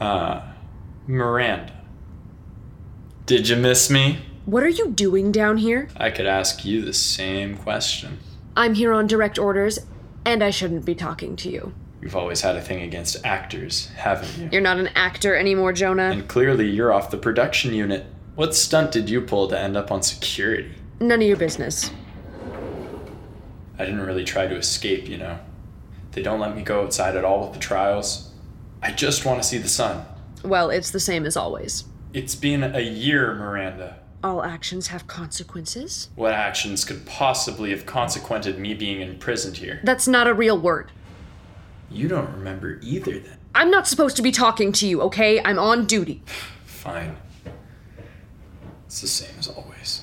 Uh, Miranda, did you miss me? What are you doing down here? I could ask you the same question. I'm here on direct orders, and I shouldn't be talking to you. You've always had a thing against actors, haven't you? You're not an actor anymore, Jonah. And clearly you're off the production unit. What stunt did you pull to end up on security? None of your business. I didn't really try to escape, you know. They don't let me go outside at all with the trials. I just want to see the sun. Well, it's the same as always. It's been a year, Miranda. All actions have consequences. What actions could possibly have consequented me being imprisoned here? That's not a real word. You don't remember either, then. I'm not supposed to be talking to you, okay? I'm on duty. Fine. It's the same as always.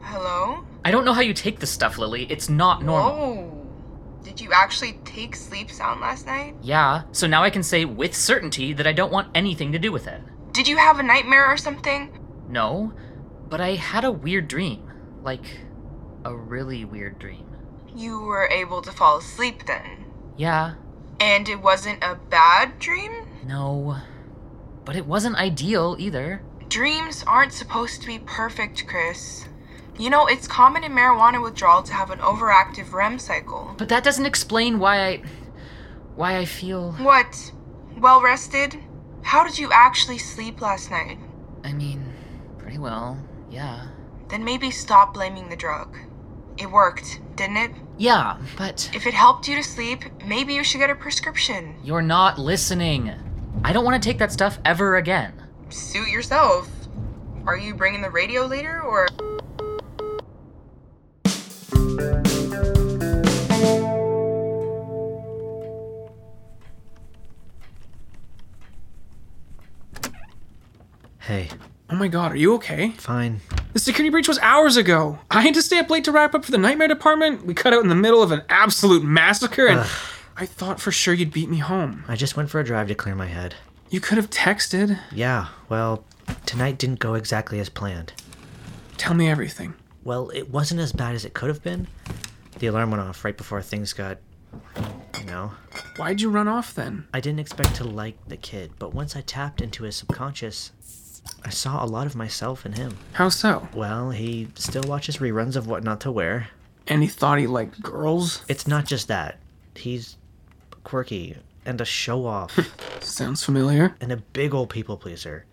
Hello? I don't know how you take this stuff, Lily. It's not normal. Oh. Did you actually take sleep sound last night? Yeah, so now I can say with certainty that I don't want anything to do with it. Did you have a nightmare or something? No, but I had a weird dream. Like, a really weird dream. You were able to fall asleep then. Yeah, And it wasn't a bad dream? no. But it wasn't ideal either. Dreams aren't supposed to be perfect, Chris. You know, it's common in marijuana withdrawal to have an overactive REM cycle. But that doesn't explain why I. why I feel. What? Well rested? How did you actually sleep last night? I mean, pretty well, yeah. Then maybe stop blaming the drug. It worked, didn't it? Yeah, but If it helped you to sleep, maybe you should get a prescription. you're not listening. I don't want to take that stuff ever again. Suit yourself. Are you bringing the radio later or? Hey, Oh my god, are you okay? fine. The security breach was hours ago. I had to stay up late to wrap up for the nightmare department. We cut out in the middle of an absolute massacre, and I thought for sure you'd beat me home. I just went for a drive to clear my head. You could have texted. Yeah, well, tonight didn't go exactly as planned. Tell me everything. Well, it wasn't as bad as it could have been. The alarm went off right before things got. You know, Why'd you run off then? I didn't expect to like the kid, but once I tapped into his subconscious, I saw a lot of myself in him. How so? Well, he still watches reruns of What Not to Wear. And he thought he liked girls? It's not just that, he's quirky and a show off. Sounds familiar. and a big old people pleaser.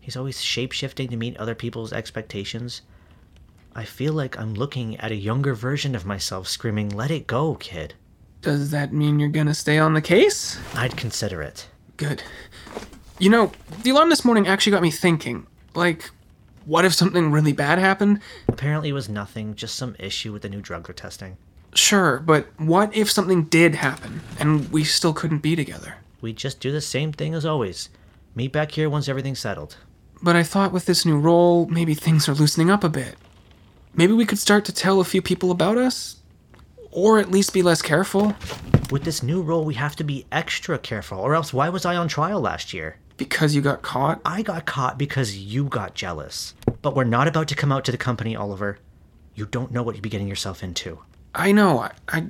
He's always shape shifting to meet other people's expectations. I feel like I'm looking at a younger version of myself screaming, Let it go, kid. Does that mean you're gonna stay on the case? I'd consider it. Good. You know, the alarm this morning actually got me thinking. Like, what if something really bad happened? Apparently, it was nothing, just some issue with the new drug they're testing. Sure, but what if something did happen and we still couldn't be together? We just do the same thing as always. Meet back here once everything's settled. But I thought with this new role, maybe things are loosening up a bit. Maybe we could start to tell a few people about us? Or at least be less careful? With this new role, we have to be extra careful, or else why was I on trial last year? Because you got caught? I got caught because you got jealous. But we're not about to come out to the company, Oliver. You don't know what you'd be getting yourself into. I know. I, I,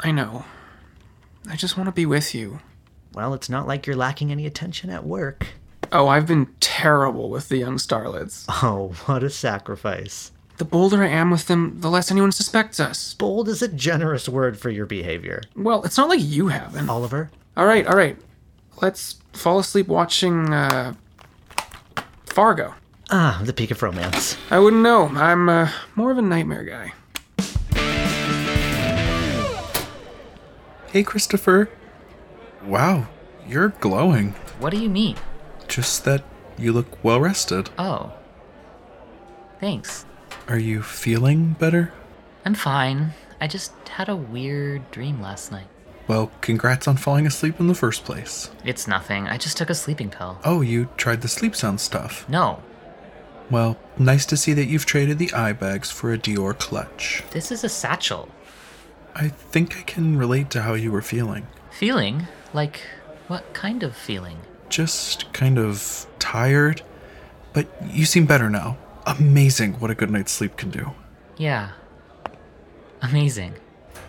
I know. I just want to be with you. Well, it's not like you're lacking any attention at work. Oh, I've been terrible with the young starlets. Oh, what a sacrifice. The bolder I am with them, the less anyone suspects us. Bold is a generous word for your behavior. Well, it's not like you haven't. Oliver, All right, all right. Let's fall asleep watching uh, Fargo. ah, the peak of romance. I wouldn't know. I'm uh, more of a nightmare guy. Hey, Christopher. Wow, you're glowing. What do you mean? Just that you look well rested. Oh. Thanks. Are you feeling better? I'm fine. I just had a weird dream last night. Well, congrats on falling asleep in the first place. It's nothing. I just took a sleeping pill. Oh, you tried the sleep sound stuff. No, Well, nice to see that you've traded the eye bags for a Dior clutch. this is a satchel. I think I can relate to how you were feeling. Feeling? Like, what kind of feeling? Just kind of tired, but you seem better now. Amazing what a good night's sleep can do. Yeah. Amazing.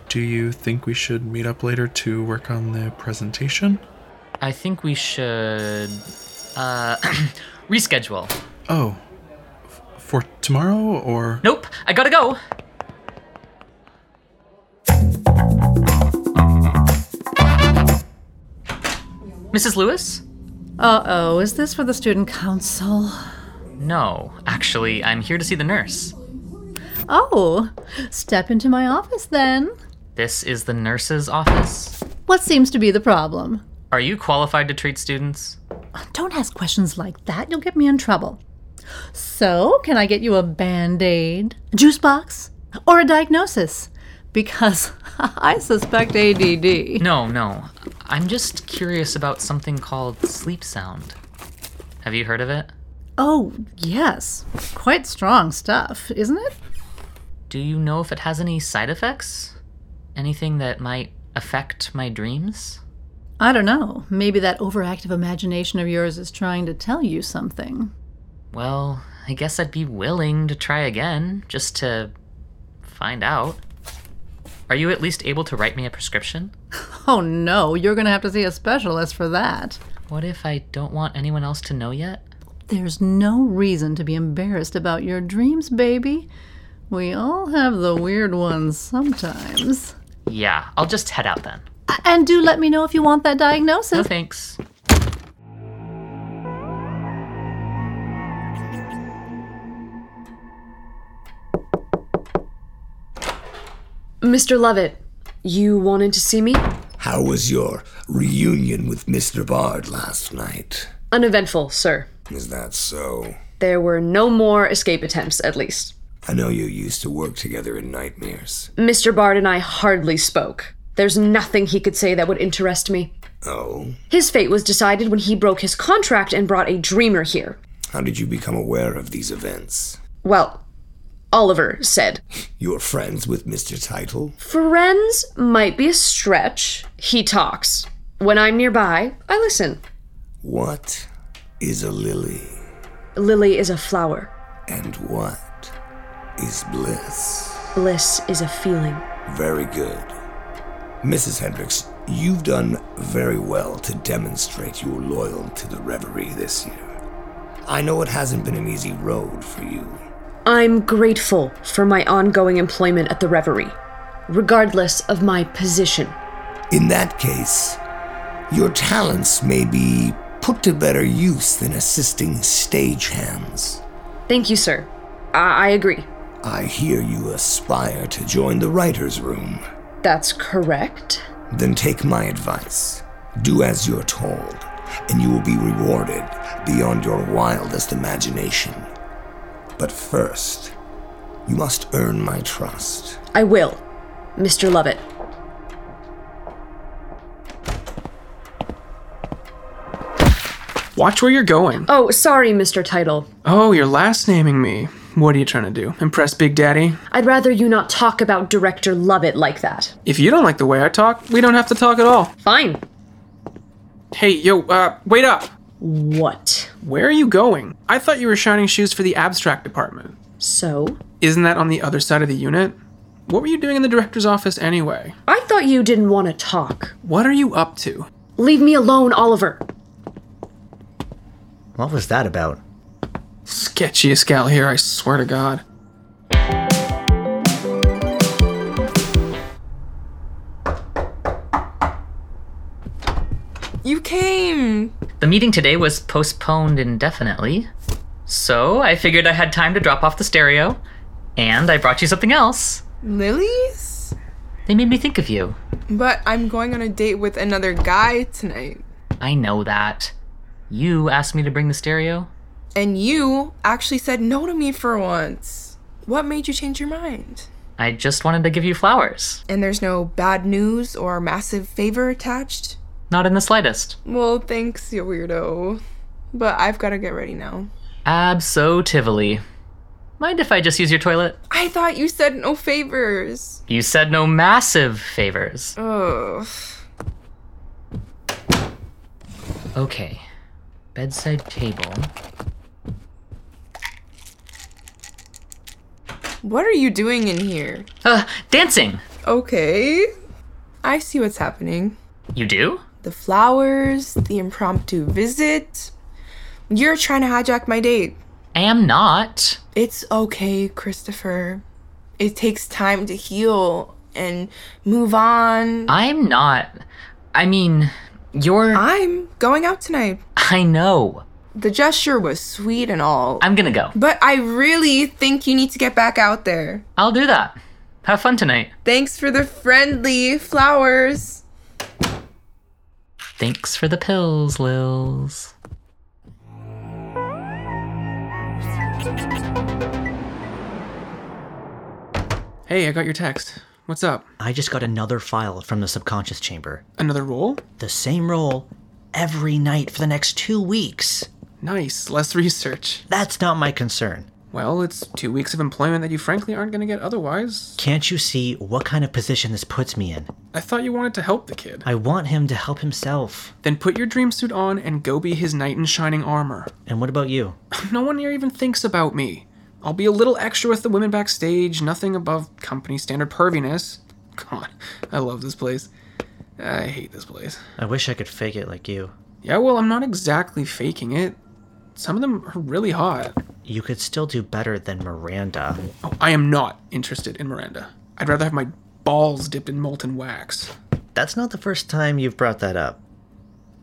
Do you think we should meet up later to work on the presentation? I think we should. Uh. reschedule. Oh, f- for tomorrow or? Nope, I gotta go! Mrs. Lewis? Uh oh, is this for the student council? No, actually, I'm here to see the nurse. Oh, step into my office then. This is the nurse's office. What seems to be the problem? Are you qualified to treat students? Don't ask questions like that, you'll get me in trouble. So, can I get you a band aid, juice box, or a diagnosis? Because I suspect ADD. No, no. I'm just curious about something called sleep sound. Have you heard of it? Oh, yes. Quite strong stuff, isn't it? Do you know if it has any side effects? Anything that might affect my dreams? I don't know. Maybe that overactive imagination of yours is trying to tell you something. Well, I guess I'd be willing to try again, just to find out. Are you at least able to write me a prescription? Oh no, you're going to have to see a specialist for that. What if I don't want anyone else to know yet? There's no reason to be embarrassed about your dreams, baby. We all have the weird ones sometimes. Yeah, I'll just head out then. A- And do let me know if you want that No diagnosis. thanks. Mr. Lovett, you wanted to see me? How was your reunion with Mr. Bard last night? Uneventful, sir. Is that so? There were no more escape attempts, at least. I know you used to work together in nightmares. Mr. Bard and I hardly spoke. There's nothing he could say that would interest me. Oh? His fate was decided when he broke his contract and brought a dreamer here. How did you become aware of these events? Well, Oliver said. You were friends with Mr. Title? Friends might be a stretch. He talks. When I'm nearby, I listen. What is a lily? Lily is a flower. And what is bliss? Bliss is a feeling. Very good. Mrs. Hendricks, you've done very well to demonstrate your loyalty to the Reverie this year. I know it hasn't been an easy road for you. I'm grateful for my ongoing employment at the Reverie, regardless of my position. In that case, your talents may be put to better use than assisting stagehands. Thank you, sir. I, I agree. I hear you aspire to join the writer's room. That's correct. Then take my advice. Do as you're told, and you will be rewarded beyond your wildest imagination. But first, you must earn my trust. I will, Mr. Lovett. Watch where you're going. Oh, sorry, Mr. Title. Oh, you're last naming me. What are you trying to do? Impress Big Daddy? I'd rather you not talk about Director Lovett like that. If you don't like the way I talk, we don't have to talk at all. Fine. Hey, yo, uh, wait up! What? Where are you going? I thought you were shining shoes for the abstract department. So? Isn't that on the other side of the unit? What were you doing in the director's office anyway? I thought you didn't want to talk. What are you up to? Leave me alone, Oliver. What was that about? Sketchiest gal here, I swear to God. You came! The meeting today was postponed indefinitely, so I figured I had time to drop off the stereo, and I brought you something else. Lilies? They made me think of you. But I'm going on a date with another guy tonight. I know that. You asked me to bring the stereo. And you actually said no to me for once. What made you change your mind? I just wanted to give you flowers. And there's no bad news or massive favor attached? Not in the slightest. Well, thanks, you weirdo. But I've gotta get ready now. Absolutely. Mind if I just use your toilet? I thought you said no favors. You said no massive favors. Ugh. Okay. Bedside table. What are you doing in here? Uh, dancing! Okay. I see what's happening. You do? The flowers, the impromptu visit. You're trying to hijack my date. I am not. It's okay, Christopher. It takes time to heal and move on. I'm not. I mean, you're. I'm going out tonight. I know. The gesture was sweet and all. I'm gonna go. But I really think you need to get back out there. I'll do that. Have fun tonight. Thanks for the friendly flowers. Thanks for the pills, Lils. Hey, I got your text. What's up? I just got another file from the subconscious chamber. Another roll? The same roll every night for the next two weeks. Nice, less research. That's not my concern. Well, it's two weeks of employment that you frankly aren't gonna get otherwise. Can't you see what kind of position this puts me in? I thought you wanted to help the kid. I want him to help himself. Then put your dream suit on and go be his knight in shining armor. And what about you? No one here even thinks about me. I'll be a little extra with the women backstage, nothing above company standard perviness. God, I love this place. I hate this place. I wish I could fake it like you. Yeah, well, I'm not exactly faking it. Some of them are really hot. You could still do better than Miranda. Oh, I am not interested in Miranda. I'd rather have my balls dipped in molten wax. That's not the first time you've brought that up.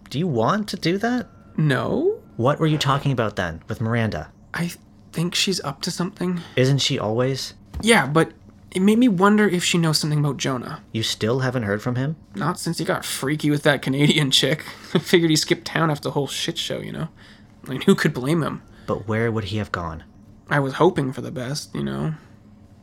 Do you want to do that? No? What were you talking about then with Miranda? I think she's up to something. Isn't she always? Yeah, but it made me wonder if she knows something about Jonah. You still haven't heard from him? Not since he got freaky with that Canadian chick. I figured he skipped town after the whole shit show, you know? I mean, who could blame him? But where would he have gone? I was hoping for the best, you know?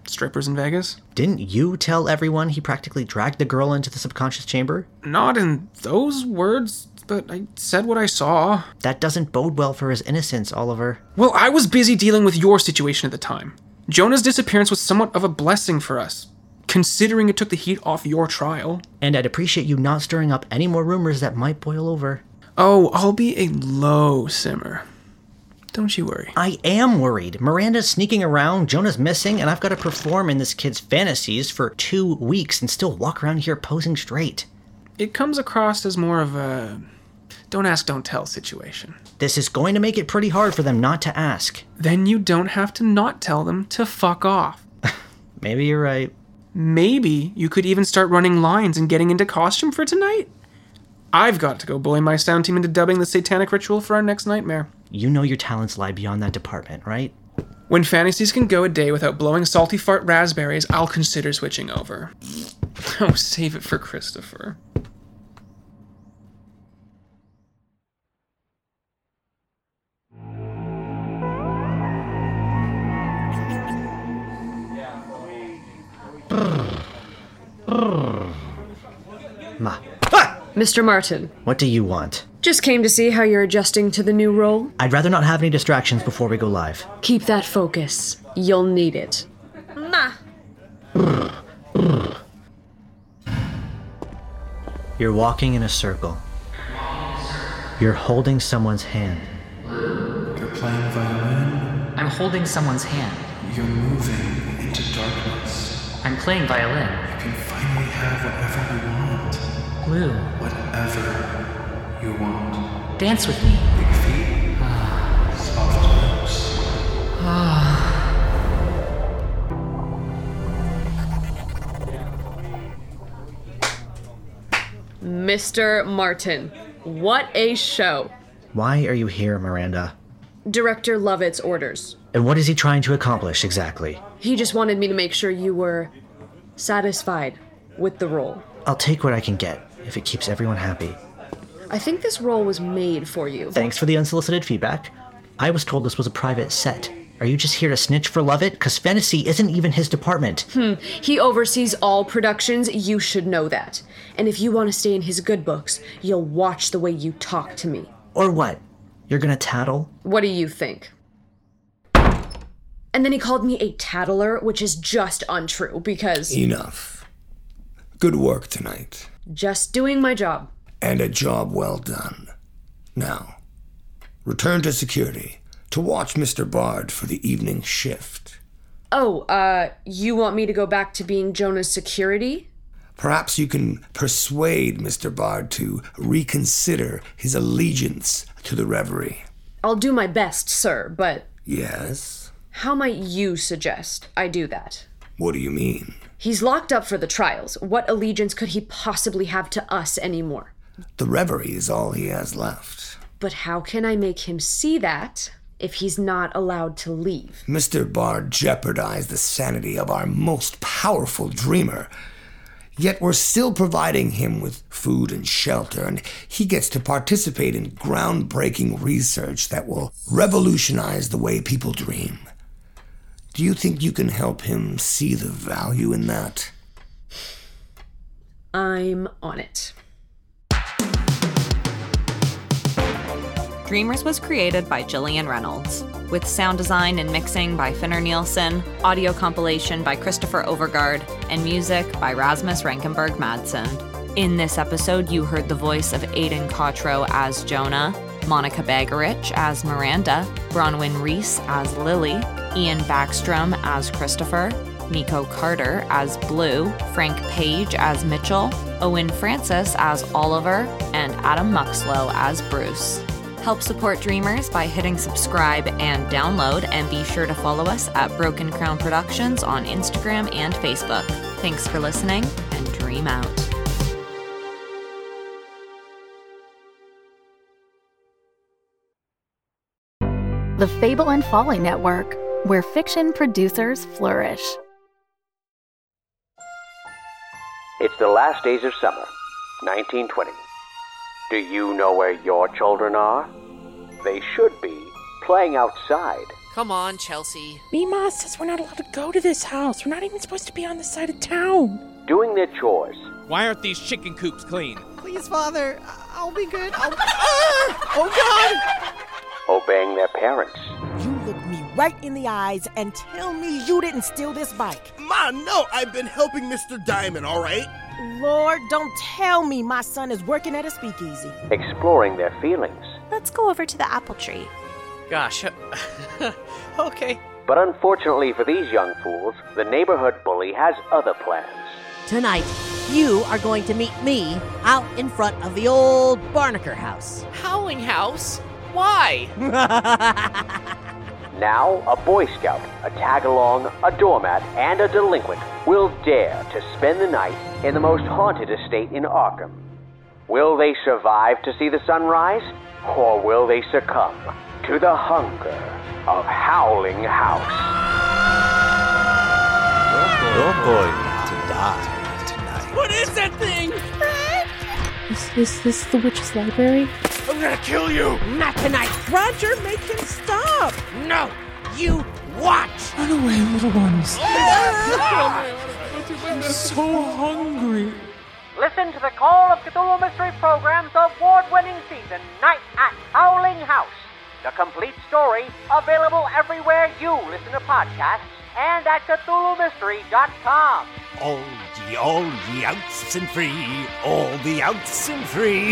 Strippers in Vegas? Didn't you tell everyone he practically dragged the girl into the subconscious chamber? Not in those words, but I said what I saw. That doesn't bode well for his innocence, Oliver. Well, I was busy dealing with your situation at the time. Jonah's disappearance was somewhat of a blessing for us, considering it took the heat off your trial. And I'd appreciate you not stirring up any more rumors that might boil over. Oh, I'll be a low simmer. Don't you worry. I am worried. Miranda's sneaking around, Jonah's missing, and I've got to perform in this kid's fantasies for two weeks and still walk around here posing straight. It comes across as more of a don't ask, don't tell situation. This is going to make it pretty hard for them not to ask. Then you don't have to not tell them to fuck off. Maybe you're right. Maybe you could even start running lines and getting into costume for tonight? I've got to go bully my sound team into dubbing the satanic ritual for our next nightmare. You know your talents lie beyond that department, right? When fantasies can go a day without blowing salty fart raspberries, I'll consider switching over. Oh, save it for Christopher. Ma, Mr. Martin, what do you want? just came to see how you're adjusting to the new role. I'd rather not have any distractions before we go live. Keep that focus. You'll need it. You're walking in a circle. You're holding someone's hand. playing violin. I'm holding someone's hand. You're moving into darkness. I'm playing violin. You can finally have whatever you want. Blue, Whatever you want. dance with me. Big feet. Soft lips. Mr. Martin, what a show! Why are you here, Miranda? Director Lovett's orders. And what is he trying to accomplish exactly? He just wanted me to make sure you were satisfied with the role. I'll take what I can get if it keeps everyone happy. I think this role was made for you. Thanks for the unsolicited feedback. I was told this was a private set. Are you just here to snitch for Lovett? Because fantasy isn't even his department. Hmm, He oversees all productions, you should know that. And if you want to stay in his good books, you'll watch the way you talk to me. Or what? You're gonna tattle? What do you think? And then he called me a tattler, which is just untrue because Enough. Good work tonight, just doing my job. and a job well done. Now, return to security to watch Mr. Bard for the evening shift. Oh, uh, you want me to go back to being Jonah's security? Perhaps you can persuade Mr. Bard to reconsider his allegiance to the reverie. I'll do my best, sir, but Yes? how might you suggest I do that? What do you mean? He's locked up for the trials. What allegiance could he possibly have to us anymore? The reverie is all he has left. But how can I make him see that if he's not allowed to leave? Mr. Bard jeopardized the sanity of our most powerful dreamer. Yet we're still providing him with food and shelter, and he gets to participate in groundbreaking research that will revolutionize the way people dream. Do you think you can help him see the value in that? I'm on it. Dreamers was created by Jillian Reynolds, with sound design and mixing by Finner Nielsen, audio compilation by Christopher Overgard, and music by Rasmus Rankenberg Madsen. In this episode, you heard the voice of Aidan Cotro as Jonah, Monica Bagarich as Miranda, Bronwyn Reese as Lily, Ian Backstrom as Christopher, Nico Carter as Blue, Frank Page as Mitchell, Owen Francis as Oliver, and Adam Muxlow as Bruce. Help support Dreamers by hitting subscribe and download, and be sure to follow us at Broken Crown Productions on Instagram and Facebook. Thanks for listening, and dream out. The Fable and Folly Network, where fiction producers flourish. It's the last days of summer, 1920. Do you know where your children are? They should be playing outside. Come on, Chelsea. Mima says we're not allowed to go to this house. We're not even supposed to be on this side of town. Doing their chores. Why aren't these chicken coops clean? Please, Father, I- I'll be good. I'll... Ah! Oh, Obeying their parents. God! Look me right in the eyes and tell me you didn't steal this bike. Ma, no, I've been helping Mr. Diamond, all right? Lord, don't tell me my son is working at a speakeasy. Exploring their feelings. Let's go over to the apple tree. Gosh. okay. But unfortunately for these young fools, the neighborhood bully has other plans. Tonight, you are going to meet me out in front of the old Barnaker house. Howling House? Why? Now, a Boy Scout, a tag along, a doormat, and a delinquent will dare to spend the night in the most haunted estate in Arkham. Will they survive to see the sunrise, or will they succumb to the hunger of Howling House? You're going to die tonight. What is that thing? Is, is this the witch's library? I'm gonna kill you! Not tonight. Roger, make him stop. No, you watch. Run away, little ones. I'm so hungry. Listen to the Call of Cthulhu Mystery Program's award winning season, Night at Howling House. The complete story, available everywhere you listen to podcasts and at CthulhuMystery.com. All ye, all ye outs and free, all the outs and free.